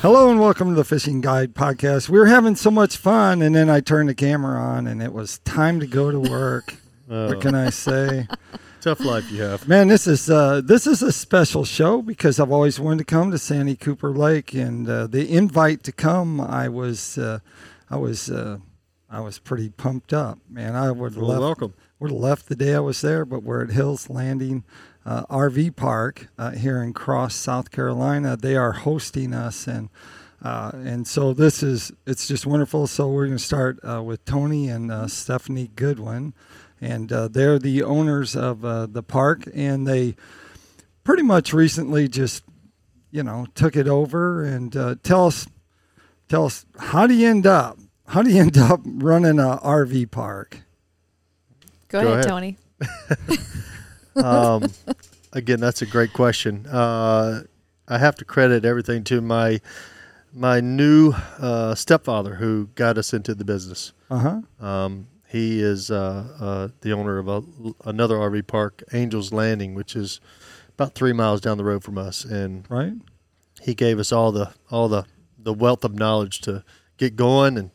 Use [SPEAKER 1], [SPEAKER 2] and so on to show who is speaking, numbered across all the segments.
[SPEAKER 1] Hello and welcome to the Fishing Guide Podcast. We were having so much fun, and then I turned the camera on, and it was time to go to work. What can I say,
[SPEAKER 2] Tough life you have.
[SPEAKER 1] man? This is uh, this is a special show because I've always wanted to come to Sandy Cooper Lake, and uh, the invite to come, I was, uh, I was, uh, I was pretty pumped up, man. I would
[SPEAKER 2] Well,
[SPEAKER 1] love
[SPEAKER 2] welcome.
[SPEAKER 1] would have left the day I was there, but we're at Hills Landing uh, RV Park uh, here in Cross, South Carolina. They are hosting us, and uh, and so this is it's just wonderful. So we're going to start uh, with Tony and uh, Stephanie Goodwin, and uh, they're the owners of uh, the park, and they pretty much recently just you know took it over. And uh, tell us tell us how do you end up how do you end up running a RV park?
[SPEAKER 2] Go
[SPEAKER 3] Go, ahead,
[SPEAKER 2] ahead.
[SPEAKER 3] Tony.
[SPEAKER 2] Um, again, that's a great question. Uh, I have to credit everything to my my new uh, stepfather who got us into the business.
[SPEAKER 1] Uh huh.
[SPEAKER 2] Um, he is uh, uh, the owner of a, another RV park, Angels Landing, which is about three miles down the road from us, and
[SPEAKER 1] Right.
[SPEAKER 2] he gave us all the all the the wealth of knowledge to get going and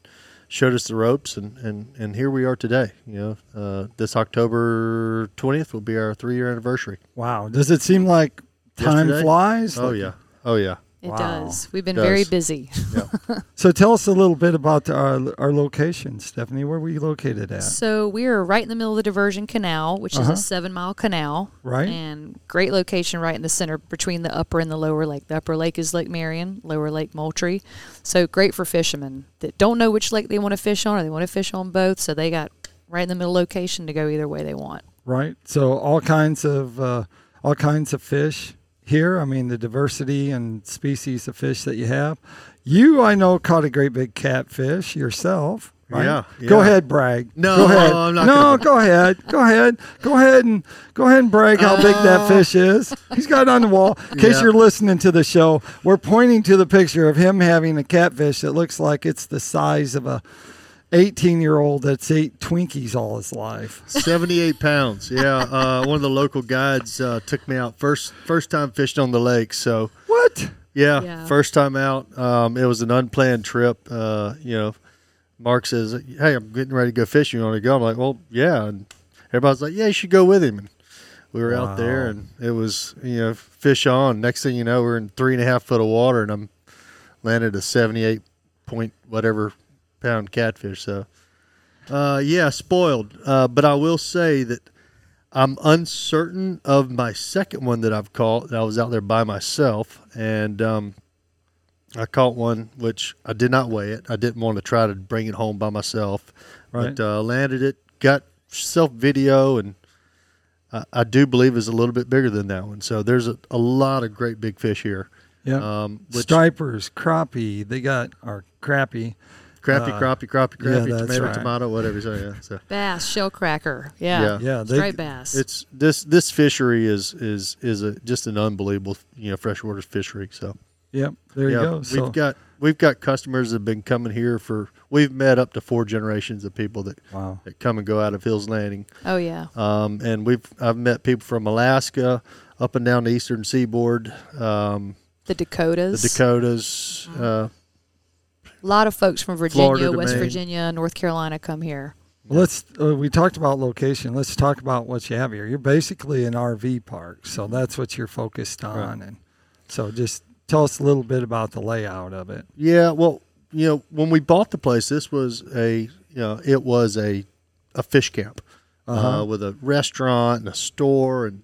[SPEAKER 2] showed us the ropes and and and here we are today you know uh, this october 20th will be our three year anniversary
[SPEAKER 1] Wow. Does it seem like time
[SPEAKER 2] Yesterday?
[SPEAKER 1] flies?
[SPEAKER 2] oh
[SPEAKER 1] Like-
[SPEAKER 2] yeah oh yeah
[SPEAKER 3] It
[SPEAKER 1] Wow.
[SPEAKER 3] does. We've been
[SPEAKER 2] Does.
[SPEAKER 3] very busy.
[SPEAKER 2] yeah
[SPEAKER 1] So tell us a little bit about our, our location, Stephanie. Where were you located at?
[SPEAKER 3] So we are right in the middle of the diversion canal, which
[SPEAKER 1] Uh-huh.
[SPEAKER 3] is a seven mile canal.
[SPEAKER 1] Right.
[SPEAKER 3] And great location right in the center between the upper and the lower lake. The upper lake is Lake Marion, lower Lake Moultrie. So great for fishermen that don't know which lake they want to fish on or they want to fish on both. So they got right in the middle location to go either way they want.
[SPEAKER 1] Right. So all kinds of uh, all kinds of fish here. I mean, the diversity and species of fish that you have. You, I know, caught a great big catfish yourself. Right?
[SPEAKER 2] Yeah,
[SPEAKER 1] Go
[SPEAKER 2] yeah.
[SPEAKER 1] ahead, brag.
[SPEAKER 2] No,
[SPEAKER 1] go ahead.
[SPEAKER 2] I'm not
[SPEAKER 1] No,
[SPEAKER 2] gonna-
[SPEAKER 1] go ahead. Go ahead. Go ahead and go ahead and brag how big that fish is. He's got it on the wall. In case
[SPEAKER 2] Uh. Yeah.
[SPEAKER 1] you're listening to the show, we're pointing to the picture of him having a catfish that looks like it's the size of a 18 year old that's ate Twinkies all his life.
[SPEAKER 2] 78 pounds yeah uh, one of the local guides uh, took me out first first time fishing on the lake so
[SPEAKER 1] What?
[SPEAKER 2] Yeah,
[SPEAKER 3] Yeah.
[SPEAKER 2] first time out. Um, it was an unplanned trip. Uh, you know, Mark says, "Hey, I'm getting ready to go fishing. You want to go?" I'm like, "Well, yeah." And everybody's like, "Yeah, you should go with him." And we were out there,
[SPEAKER 1] Wow.
[SPEAKER 2] and it was you know fish on. Next thing you know, we're in three and a half foot of water, and I'm landed a 78 point whatever pound catfish. So, uh, yeah, spoiled. Uh, but I will say that I'm uncertain of my second one that I've caught. I was out there by myself, and um, I caught one which I did not weigh it. I didn't want to try to bring it home by myself,
[SPEAKER 1] Right.
[SPEAKER 2] but uh, landed it. Got self video, and I, I do believe is a little bit bigger than that one. So there's a, a lot of great big fish here.
[SPEAKER 1] Yeah.
[SPEAKER 2] Um, which
[SPEAKER 1] stripers, crappie. They got our crappie.
[SPEAKER 2] crappy,
[SPEAKER 1] uh,
[SPEAKER 2] crappy, crappy,
[SPEAKER 1] yeah,
[SPEAKER 2] crappy,
[SPEAKER 1] that's
[SPEAKER 2] tomato,
[SPEAKER 1] right.
[SPEAKER 2] tomato, whatever. So yeah, so
[SPEAKER 3] Bass, shell cracker. Yeah.
[SPEAKER 1] Yeah, they,
[SPEAKER 3] Striped bass.
[SPEAKER 2] it's this this fishery is is is a just an unbelievable you know freshwater fishery. So
[SPEAKER 1] Yep, there
[SPEAKER 2] yeah,
[SPEAKER 1] you go.
[SPEAKER 2] we've
[SPEAKER 1] So,
[SPEAKER 2] got we've got customers that have been coming here for we've met up to four generations of people that
[SPEAKER 1] wow,
[SPEAKER 2] that come and go out of Hills Landing.
[SPEAKER 3] oh, yeah.
[SPEAKER 2] Um, and we've I've met people from Alaska up and down the eastern seaboard, um,
[SPEAKER 3] The
[SPEAKER 2] the
[SPEAKER 3] Dakotas.
[SPEAKER 2] Dakotas, uh,
[SPEAKER 3] A lot of folks from Virginia,
[SPEAKER 2] to
[SPEAKER 3] West
[SPEAKER 2] Maine.
[SPEAKER 3] Virginia, North Carolina come here.
[SPEAKER 1] Well, let's. Uh, we talked about location. Let's talk about what you have here. You're basically an RV park, so that's what you're focused on. And so, just tell us a little bit about the layout of it.
[SPEAKER 2] Yeah, well, you know, when we bought the place, this was a you know it was a a fish camp uh with a restaurant and a store, and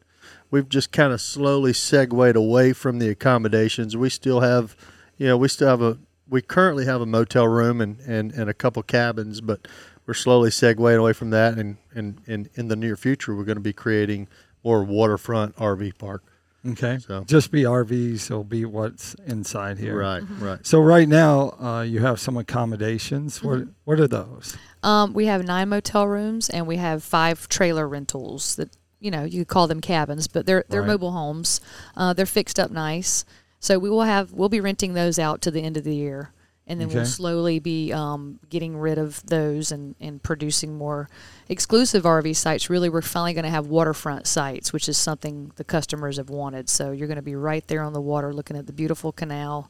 [SPEAKER 2] we've just kind of slowly segued away from the accommodations. We still have, you know, we still have a we currently have a motel room and and and a couple cabins, but we're slowly segueing away from that, and and and in the near future, we're going to be creating more waterfront RV park.
[SPEAKER 1] Okay,
[SPEAKER 2] So-
[SPEAKER 1] just be RVs. It'll be what's inside here.
[SPEAKER 2] Right, right.
[SPEAKER 1] So right now, uh, you have some accommodations. What
[SPEAKER 2] Mm-hmm.
[SPEAKER 1] What are those?
[SPEAKER 3] Um, we have nine motel rooms and we have five trailer rentals that you know you could call them cabins, but they're they're
[SPEAKER 1] Right.
[SPEAKER 3] mobile homes. Uh, they're fixed up nice, so we will have we'll be renting those out to the end of the year, and then we'll
[SPEAKER 1] Okay.
[SPEAKER 3] slowly be um, getting rid of those and and producing more exclusive RV sites. Really, we're finally going to have waterfront sites, which is something the customers have wanted. So you're going to be right there on the water, looking at the beautiful canal.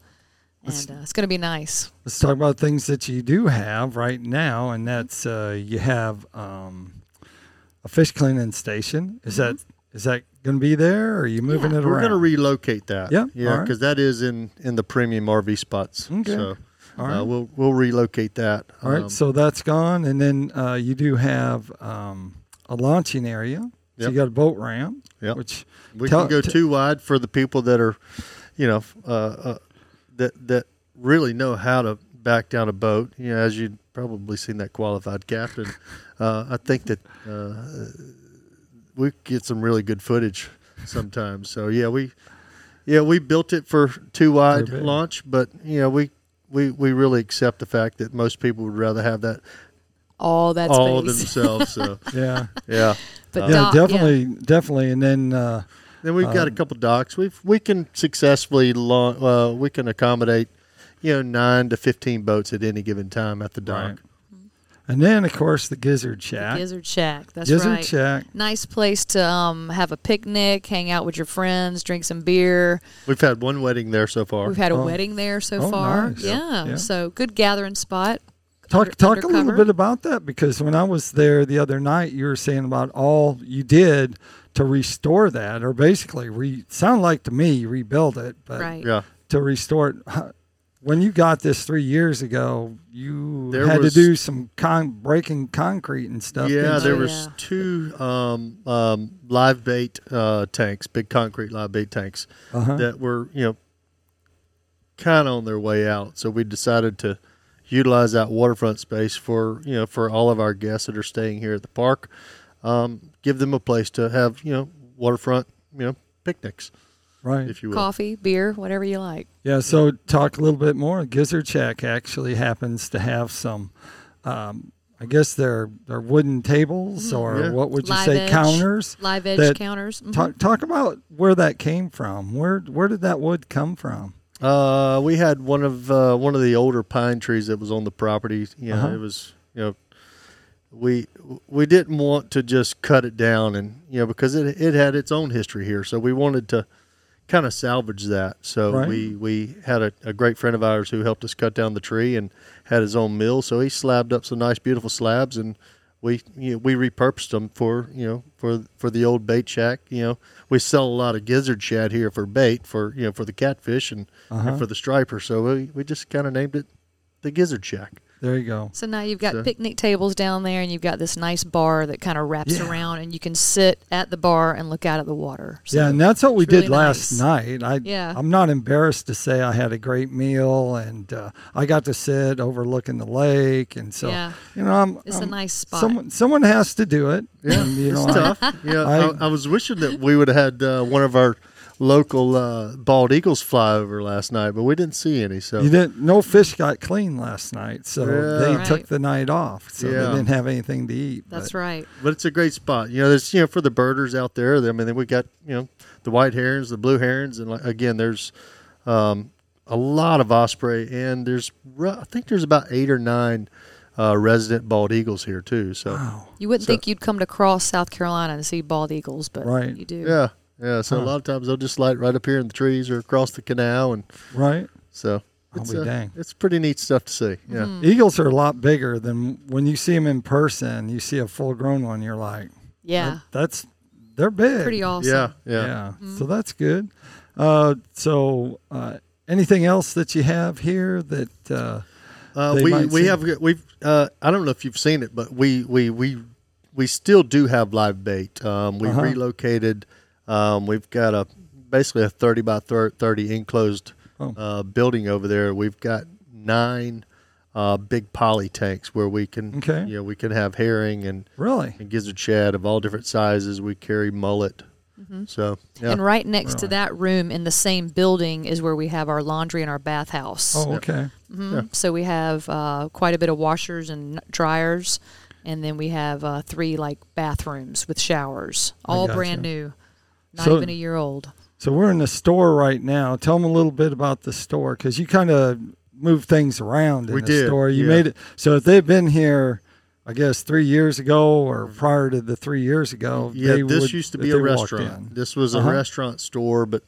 [SPEAKER 1] Let's-
[SPEAKER 3] and uh, it's going to be nice.
[SPEAKER 1] Let's talk about things that you do have right now, and that's uh, you have um, a fish cleaning station. Is that is that going to be there? Or are you moving
[SPEAKER 3] Yeah.
[SPEAKER 1] it
[SPEAKER 2] We're
[SPEAKER 1] around?
[SPEAKER 2] going to relocate that.
[SPEAKER 1] Yeah, all
[SPEAKER 2] yeah,
[SPEAKER 1] right.
[SPEAKER 2] because that is in in the premium RV spots.
[SPEAKER 1] Okay.
[SPEAKER 2] So
[SPEAKER 1] All
[SPEAKER 2] uh,
[SPEAKER 1] right.
[SPEAKER 2] we'll we'll relocate that.
[SPEAKER 1] All right,
[SPEAKER 2] Um,
[SPEAKER 1] so that's gone, and then uh, you do have um, a launching area. So
[SPEAKER 2] Yep.
[SPEAKER 1] you got a boat ramp,
[SPEAKER 2] Yep.
[SPEAKER 1] which
[SPEAKER 2] we
[SPEAKER 1] tell-
[SPEAKER 2] can go
[SPEAKER 1] t-
[SPEAKER 2] too wide for the people that are, you know, uh, uh, that that really know how to back down a boat. You know, as you probably seen that qualified captain. Uh, I think that uh, we get some really good footage sometimes. So yeah, we yeah we built it for too wide
[SPEAKER 1] big.
[SPEAKER 2] launch, but you know we. We, we really accept the fact that most people would rather have that
[SPEAKER 3] All that
[SPEAKER 2] all
[SPEAKER 3] space.
[SPEAKER 2] themselves. So
[SPEAKER 1] yeah,
[SPEAKER 2] yeah,
[SPEAKER 3] But
[SPEAKER 1] yeah,
[SPEAKER 3] Doc-
[SPEAKER 1] definitely, definitely, and then uh,
[SPEAKER 2] Then we've got a couple docks. We've we can successfully launch. Uh, we can accommodate, you know, nine to fifteen boats at any given time at the dock.
[SPEAKER 1] Right. and then of course the Gizzard
[SPEAKER 3] yeah,
[SPEAKER 1] Shack.
[SPEAKER 3] Gizzard Shack. That's
[SPEAKER 1] Gizzard
[SPEAKER 3] right.
[SPEAKER 1] Shack.
[SPEAKER 3] Nice place to um, have a picnic, hang out with your friends, drink some beer.
[SPEAKER 2] We've had one wedding there so far.
[SPEAKER 3] We've had a
[SPEAKER 1] Oh.
[SPEAKER 3] wedding there so
[SPEAKER 1] Oh,
[SPEAKER 3] far.
[SPEAKER 1] nice.
[SPEAKER 3] Yeah.
[SPEAKER 1] Yeah.
[SPEAKER 3] So good gathering spot.
[SPEAKER 1] Talk
[SPEAKER 3] Under-
[SPEAKER 1] talk a little
[SPEAKER 3] undercover.
[SPEAKER 1] bit about that because when I was there the other night, you were saying about all you did to restore that, or basically re sound like to me rebuild it, but
[SPEAKER 3] Right.
[SPEAKER 2] yeah,
[SPEAKER 1] to restore it. huh, When you got this three years ago, you
[SPEAKER 2] There
[SPEAKER 1] had
[SPEAKER 2] was-
[SPEAKER 1] to do some con- breaking concrete and stuff.
[SPEAKER 2] yeah.
[SPEAKER 1] didn't
[SPEAKER 2] There
[SPEAKER 1] you?
[SPEAKER 3] Oh,
[SPEAKER 2] was
[SPEAKER 3] yeah.
[SPEAKER 2] two um, um, live bait uh, tanks, big concrete live bait tanks
[SPEAKER 1] Uh-huh.
[SPEAKER 2] that were you know kind of on their way out. So we decided to utilize that waterfront space for you know for all of our guests that are staying here at the park. Um, give them a place to have you know waterfront you know picnics,
[SPEAKER 1] right.
[SPEAKER 2] if you will.
[SPEAKER 3] Coffee, beer, whatever you like.
[SPEAKER 1] Yeah, so talk a little bit more. Gizzard Shack actually happens to have some, um, I guess they're they're wooden tables or
[SPEAKER 2] Yeah.
[SPEAKER 1] what would you
[SPEAKER 3] Mm-hmm. Live
[SPEAKER 1] say
[SPEAKER 3] edge.
[SPEAKER 1] counters.
[SPEAKER 3] Live edge
[SPEAKER 1] That-
[SPEAKER 3] counters. Mhm.
[SPEAKER 1] Talk talk about where that came from. Where where did that wood come from?
[SPEAKER 2] Uh, we had one of uh, one of the older pine trees that was on the property. You know,
[SPEAKER 1] Uh-huh.
[SPEAKER 2] it was you know we we didn't want to just cut it down and you know because it it had its own history here, so we wanted to kind of salvage that. So
[SPEAKER 1] Right.
[SPEAKER 2] we we had a, a great friend of ours who helped us cut down the tree and had his own mill, so he slabbed up some nice beautiful slabs and. We you know, we repurposed them for you know for for the old bait shack you know we sell a lot of gizzard shad here for bait for you know for the catfish and
[SPEAKER 1] Uh-huh.
[SPEAKER 2] and for the striper. So we, we just kind of named it the Gizzard Shack.
[SPEAKER 1] There you go.
[SPEAKER 3] So now you've got
[SPEAKER 2] So-
[SPEAKER 3] picnic tables down there, and you've got this nice bar that kind of wraps
[SPEAKER 1] Yeah.
[SPEAKER 3] around, and you can sit at the bar and look out at the water. So
[SPEAKER 1] yeah, and that's what we
[SPEAKER 3] it's really
[SPEAKER 1] did last
[SPEAKER 3] nice.
[SPEAKER 1] night. I
[SPEAKER 3] Yeah.
[SPEAKER 1] I'm not embarrassed to say I had a great meal and uh, I got to sit overlooking the lake and so
[SPEAKER 3] Yeah.
[SPEAKER 1] you know I'm
[SPEAKER 3] It's a
[SPEAKER 1] I'm-
[SPEAKER 3] nice spot.
[SPEAKER 1] um, Someone someone has to do it. Yeah, and, you know, I-
[SPEAKER 2] Yeah, I,
[SPEAKER 1] I-
[SPEAKER 2] I, was wishing that we would have had uh, one of our local uh, bald eagles fly over last night, but we didn't see any. So
[SPEAKER 1] You didn't. No fish got clean last night, so
[SPEAKER 2] Yeah.
[SPEAKER 1] they
[SPEAKER 3] Right.
[SPEAKER 1] took the night off. So they
[SPEAKER 2] Yeah.
[SPEAKER 1] didn't have anything to eat.
[SPEAKER 3] that's
[SPEAKER 1] but-
[SPEAKER 3] right.
[SPEAKER 2] but it's a great spot. You know, there's you know for the birders out there. I mean, we got you know the white herons, the blue herons, and like, again, there's um, a lot of osprey, and there's ru- I think there's about eight or nine uh, resident bald eagles here too. So
[SPEAKER 1] Wow.
[SPEAKER 3] You wouldn't
[SPEAKER 2] So-
[SPEAKER 3] think you'd come to Cross, South Carolina, and see bald eagles, but
[SPEAKER 1] Right.
[SPEAKER 3] you do.
[SPEAKER 2] yeah, yeah. So
[SPEAKER 1] Huh.
[SPEAKER 2] a lot of times they'll just light right up here in the trees or across the canal, and
[SPEAKER 1] Right.
[SPEAKER 2] So
[SPEAKER 1] I'll
[SPEAKER 2] it's,
[SPEAKER 1] be
[SPEAKER 2] uh,
[SPEAKER 1] dang.
[SPEAKER 2] it's pretty neat stuff to see. Yeah.
[SPEAKER 3] Mm.
[SPEAKER 1] Eagles are a lot bigger than when you see them in person. You see a full-grown one, you're like,
[SPEAKER 3] Yeah.
[SPEAKER 1] "That's they're big."
[SPEAKER 3] Pretty awesome. Mm-hmm.
[SPEAKER 2] yeah.
[SPEAKER 1] Yeah.
[SPEAKER 2] Yeah.
[SPEAKER 1] So that's good. Uh, so uh, anything else that you have here that uh,
[SPEAKER 2] Uh,
[SPEAKER 1] They
[SPEAKER 2] we
[SPEAKER 1] might
[SPEAKER 2] we
[SPEAKER 1] see.
[SPEAKER 2] have we've uh, I don't know if you've seen it, but we we we we still do have live bait. Um, we
[SPEAKER 1] Uh-huh.
[SPEAKER 2] relocated. Um, we've got a basically a thirty by thir- thirty enclosed
[SPEAKER 1] Oh.
[SPEAKER 2] uh, building over there. We've got nine uh, big poly tanks where we can
[SPEAKER 1] Okay.
[SPEAKER 2] you know we can have herring and,
[SPEAKER 1] really?
[SPEAKER 2] and gizzard shad of all different sizes. We carry mullet. So yeah.
[SPEAKER 3] And right next to
[SPEAKER 1] Right.
[SPEAKER 3] that room in the same building is where we have our laundry and our bathhouse.
[SPEAKER 1] Oh, okay.
[SPEAKER 3] Mhm.
[SPEAKER 2] yeah.
[SPEAKER 3] So we have uh, quite a bit of washers and dryers, and then we have uh, three like bathrooms with showers,
[SPEAKER 1] I
[SPEAKER 3] all
[SPEAKER 1] gotcha.
[SPEAKER 3] brand new, not
[SPEAKER 1] So-
[SPEAKER 3] even a year old.
[SPEAKER 1] So we're in the store right now. Tell them a little bit about the store because you kind of move things around in
[SPEAKER 2] We
[SPEAKER 1] the
[SPEAKER 2] did,
[SPEAKER 1] store. You
[SPEAKER 2] yeah.
[SPEAKER 1] made it so if they've been here, I guess three years ago or prior to the three years ago.
[SPEAKER 2] Mm-hmm. Yeah,
[SPEAKER 1] they
[SPEAKER 2] this
[SPEAKER 1] would-
[SPEAKER 2] used to
[SPEAKER 1] if
[SPEAKER 2] be a
[SPEAKER 1] they walked Uh-huh.
[SPEAKER 2] restaurant.
[SPEAKER 1] in.
[SPEAKER 2] This was
[SPEAKER 1] Uh-huh.
[SPEAKER 2] a restaurant store, but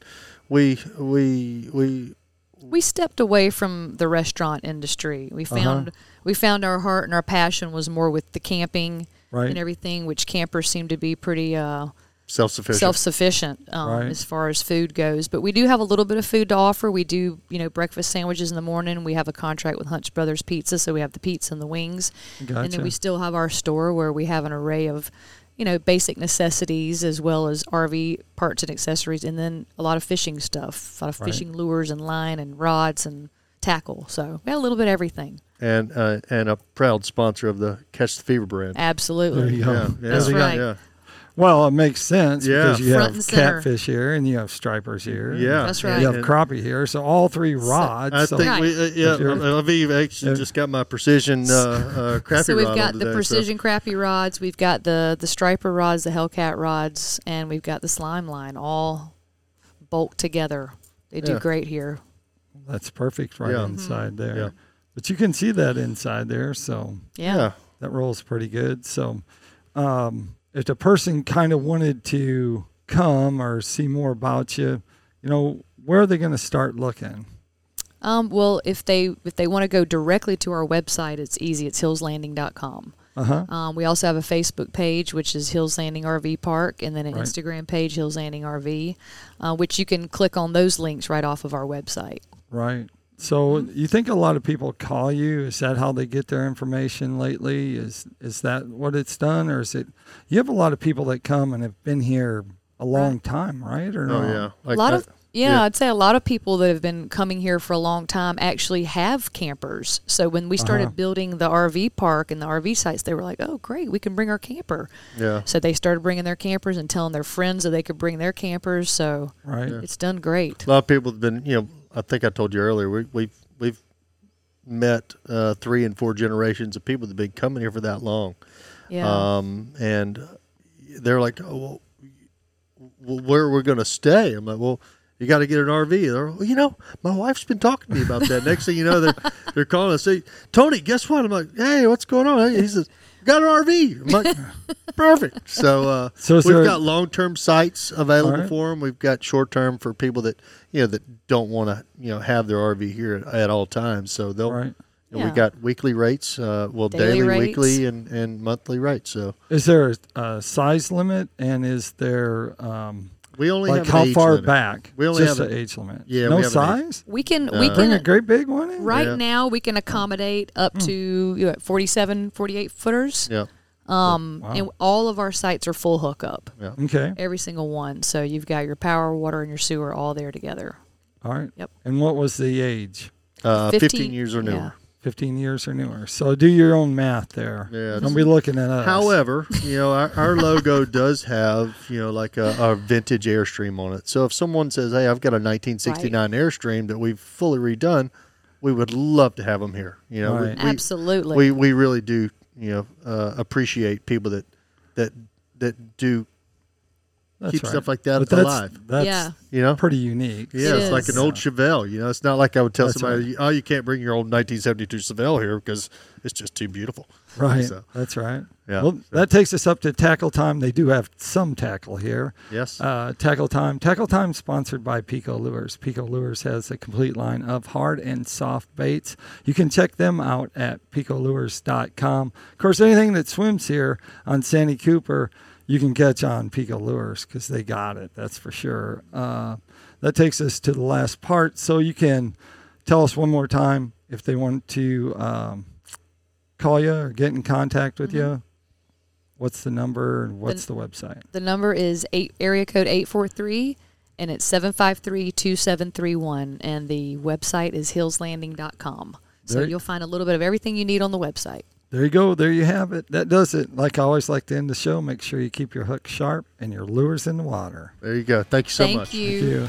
[SPEAKER 2] we we we
[SPEAKER 3] we stepped away from the restaurant industry. We
[SPEAKER 1] Uh-huh.
[SPEAKER 3] found we found our heart and our passion was more with the camping
[SPEAKER 1] Right.
[SPEAKER 3] and everything, which campers seem to be pretty uh,
[SPEAKER 2] Self sufficient.
[SPEAKER 3] self sufficient um,
[SPEAKER 1] Right.
[SPEAKER 3] as far as food goes. But we do have a little bit of food to offer. We do, you know, breakfast sandwiches in the morning. We have a contract with Hunch Brothers Pizza, so we have the pizza and the wings, and
[SPEAKER 1] Gotcha.
[SPEAKER 3] then we still have our store where we have an array of. You know, basic necessities as well as RV parts and accessories, and then a lot of fishing stuff, a lot of
[SPEAKER 1] Right.
[SPEAKER 3] fishing lures and line and rods and tackle. So we have a little bit of everything.
[SPEAKER 2] and uh, and a proud sponsor of the Catch the Fever brand.
[SPEAKER 1] There
[SPEAKER 3] Absolutely.
[SPEAKER 1] you go.
[SPEAKER 3] That's
[SPEAKER 2] yeah,
[SPEAKER 3] right.
[SPEAKER 2] Yeah,
[SPEAKER 1] Well, it makes sense
[SPEAKER 2] Yeah.
[SPEAKER 1] because you
[SPEAKER 3] Front and
[SPEAKER 1] have
[SPEAKER 3] center.
[SPEAKER 1] catfish here and you have stripers here.
[SPEAKER 2] yeah.
[SPEAKER 3] That's
[SPEAKER 1] and
[SPEAKER 3] right.
[SPEAKER 1] You have
[SPEAKER 2] And
[SPEAKER 1] crappie here. So all three rods.
[SPEAKER 2] I
[SPEAKER 1] so-
[SPEAKER 2] think we, uh, yeah,
[SPEAKER 1] If you're-
[SPEAKER 2] uh, Aviv actually
[SPEAKER 1] Yeah.
[SPEAKER 2] just got my precision uh, uh, crappy
[SPEAKER 3] so we've
[SPEAKER 2] rod
[SPEAKER 3] got
[SPEAKER 2] on
[SPEAKER 3] the
[SPEAKER 2] today, so-
[SPEAKER 3] precision crappy rods, we've got the the striper rods, the Hellcat rods, and we've got the slime line all bulked together. They do
[SPEAKER 2] Yeah.
[SPEAKER 3] great here.
[SPEAKER 1] That's perfect right
[SPEAKER 2] Yeah. Mm-hmm.
[SPEAKER 1] inside there.
[SPEAKER 2] Yeah.
[SPEAKER 1] But you can see that inside there, so
[SPEAKER 3] Yeah.
[SPEAKER 2] yeah.
[SPEAKER 1] that rolls pretty good. So um, if the person kind of wanted to come or see more about you, you know, where are they going to start looking?
[SPEAKER 3] Um, well, if they if they want to go directly to our website, it's easy. It's hillslanding.com.
[SPEAKER 1] Uh-huh.
[SPEAKER 3] Um, we also have a Facebook page, which is Hills Landing RV Park, and then an
[SPEAKER 1] Right.
[SPEAKER 3] Instagram page, Hills Landing RV, uh, which you can click on those links right off of our website.
[SPEAKER 1] Right. So
[SPEAKER 2] Mm-hmm.
[SPEAKER 1] you think a lot of people call you? Is that how they get their information lately? Is is that what it's done, or is it? You have a lot of people that come and have been here a long time, right? Or
[SPEAKER 2] Oh
[SPEAKER 1] no?
[SPEAKER 2] yeah. Like
[SPEAKER 3] a lot
[SPEAKER 2] that-
[SPEAKER 3] of yeah,
[SPEAKER 2] yeah.
[SPEAKER 3] I'd say a lot of people that have been coming here for a long time actually have campers. So when we started
[SPEAKER 2] Uh-huh.
[SPEAKER 3] building the RV park and the RV sites, they were like, "Oh, great, we can bring our camper."
[SPEAKER 2] yeah.
[SPEAKER 3] So they started bringing their campers and telling their friends that they could bring their campers. So
[SPEAKER 1] Right.
[SPEAKER 3] it's done great.
[SPEAKER 2] A lot of people have been, you know, I think I told you earlier, we, we've we've met uh, three and four generations of people that've been coming here for that long,
[SPEAKER 3] Yeah,
[SPEAKER 2] um, and they're like, oh, well, where are we going to stay? I'm like, well. You got to get an RV. They're, well, you know, my wife's been talking to me about that. Next thing you know, they're they're calling us. Hey, Tony, guess what? I'm like, hey, what's going on? He says, got an RV. I'm like, perfect. So, uh,
[SPEAKER 1] So is
[SPEAKER 2] we've
[SPEAKER 1] there-
[SPEAKER 2] got long term sites available
[SPEAKER 1] All right.
[SPEAKER 2] for them. We've got short term for people that you know that don't want to you know have their RV here at, at all times. So they'll
[SPEAKER 1] Right.
[SPEAKER 2] you know,
[SPEAKER 3] Yeah.
[SPEAKER 2] we got weekly rates, uh, well
[SPEAKER 3] Daily
[SPEAKER 2] daily,
[SPEAKER 3] rates.
[SPEAKER 2] weekly, and and monthly rates. So
[SPEAKER 1] Is there a, a size limit, and is there um,
[SPEAKER 2] we only
[SPEAKER 1] like
[SPEAKER 2] have an
[SPEAKER 1] how
[SPEAKER 2] age
[SPEAKER 1] far
[SPEAKER 2] limit.
[SPEAKER 1] back?
[SPEAKER 2] We only
[SPEAKER 1] just
[SPEAKER 2] have
[SPEAKER 1] an
[SPEAKER 2] a-
[SPEAKER 1] age limit.
[SPEAKER 2] Yeah,
[SPEAKER 1] no
[SPEAKER 2] we have an
[SPEAKER 1] size.
[SPEAKER 3] we can we
[SPEAKER 2] Uh,
[SPEAKER 1] Bring a
[SPEAKER 3] can
[SPEAKER 1] great big one in.
[SPEAKER 3] right
[SPEAKER 2] Yeah. Mm.
[SPEAKER 3] now we can accommodate up to you know, 47, 48 footers.
[SPEAKER 2] Yeah,
[SPEAKER 3] Um,
[SPEAKER 1] Wow.
[SPEAKER 3] and all of our sites are full hookup.
[SPEAKER 1] Okay.
[SPEAKER 3] Every single one. So you've got your power, water, and your sewer all there together.
[SPEAKER 1] All right.
[SPEAKER 3] Yep.
[SPEAKER 1] And what was the age?
[SPEAKER 2] uh, 15,
[SPEAKER 3] 15
[SPEAKER 2] years or
[SPEAKER 3] yeah.
[SPEAKER 2] newer.
[SPEAKER 1] 15 years or newer. So do your own math there.
[SPEAKER 2] Yeah,
[SPEAKER 1] Don't be looking at us.
[SPEAKER 2] However, you know our, our logo does have you know like a, a vintage Airstream on it. So if someone says, "Hey, I've got a 1969 Airstream that we've fully redone," we would love to have them here. You know, we-
[SPEAKER 1] Right.
[SPEAKER 2] we,
[SPEAKER 3] Absolutely.
[SPEAKER 2] we we really do you know uh, appreciate people that that that do
[SPEAKER 1] That's
[SPEAKER 2] keep
[SPEAKER 1] right.
[SPEAKER 2] stuff like that
[SPEAKER 1] But that's,
[SPEAKER 2] alive.
[SPEAKER 1] That's
[SPEAKER 3] yeah.
[SPEAKER 2] you know.
[SPEAKER 1] pretty unique.
[SPEAKER 2] Yeah,
[SPEAKER 3] It
[SPEAKER 2] it's like an
[SPEAKER 3] is.
[SPEAKER 2] old Chevelle. You know, it's not like I would tell
[SPEAKER 1] That's
[SPEAKER 2] somebody, "Oh, you can't bring your old 1972 Chevelle here because it's just too beautiful."
[SPEAKER 1] Right.
[SPEAKER 2] So,
[SPEAKER 1] That's right.
[SPEAKER 2] Yeah,
[SPEAKER 1] Well,
[SPEAKER 2] so-
[SPEAKER 1] that takes us up to tackle time. They do have some tackle here.
[SPEAKER 2] yes.
[SPEAKER 1] Uh, tackle time. Tackle time sponsored by Pico Lures. Pico Lures has a complete line of hard and soft baits. You can check them out at picolures.com. Of course, anything that swims here on Sandy Cooper, you can catch on Pico Lures because they got it. That's for sure. Uh, that takes us to the last part. So you can tell us one more time if they want to um, call you or get in contact with you. What's the number and what's the website?
[SPEAKER 3] The number is eight area code eight four three and it's 753-2731 and the website is hillslanding.com. So
[SPEAKER 1] There-
[SPEAKER 3] you'll find a little bit of everything you need on the website.
[SPEAKER 1] There you go. There you have it. That does it. Like I always like to end the show, make sure you keep your hook sharp and your lures in the water.
[SPEAKER 2] there you go. Thank you so
[SPEAKER 3] Thank
[SPEAKER 2] much.
[SPEAKER 1] Thank
[SPEAKER 3] you.
[SPEAKER 1] you.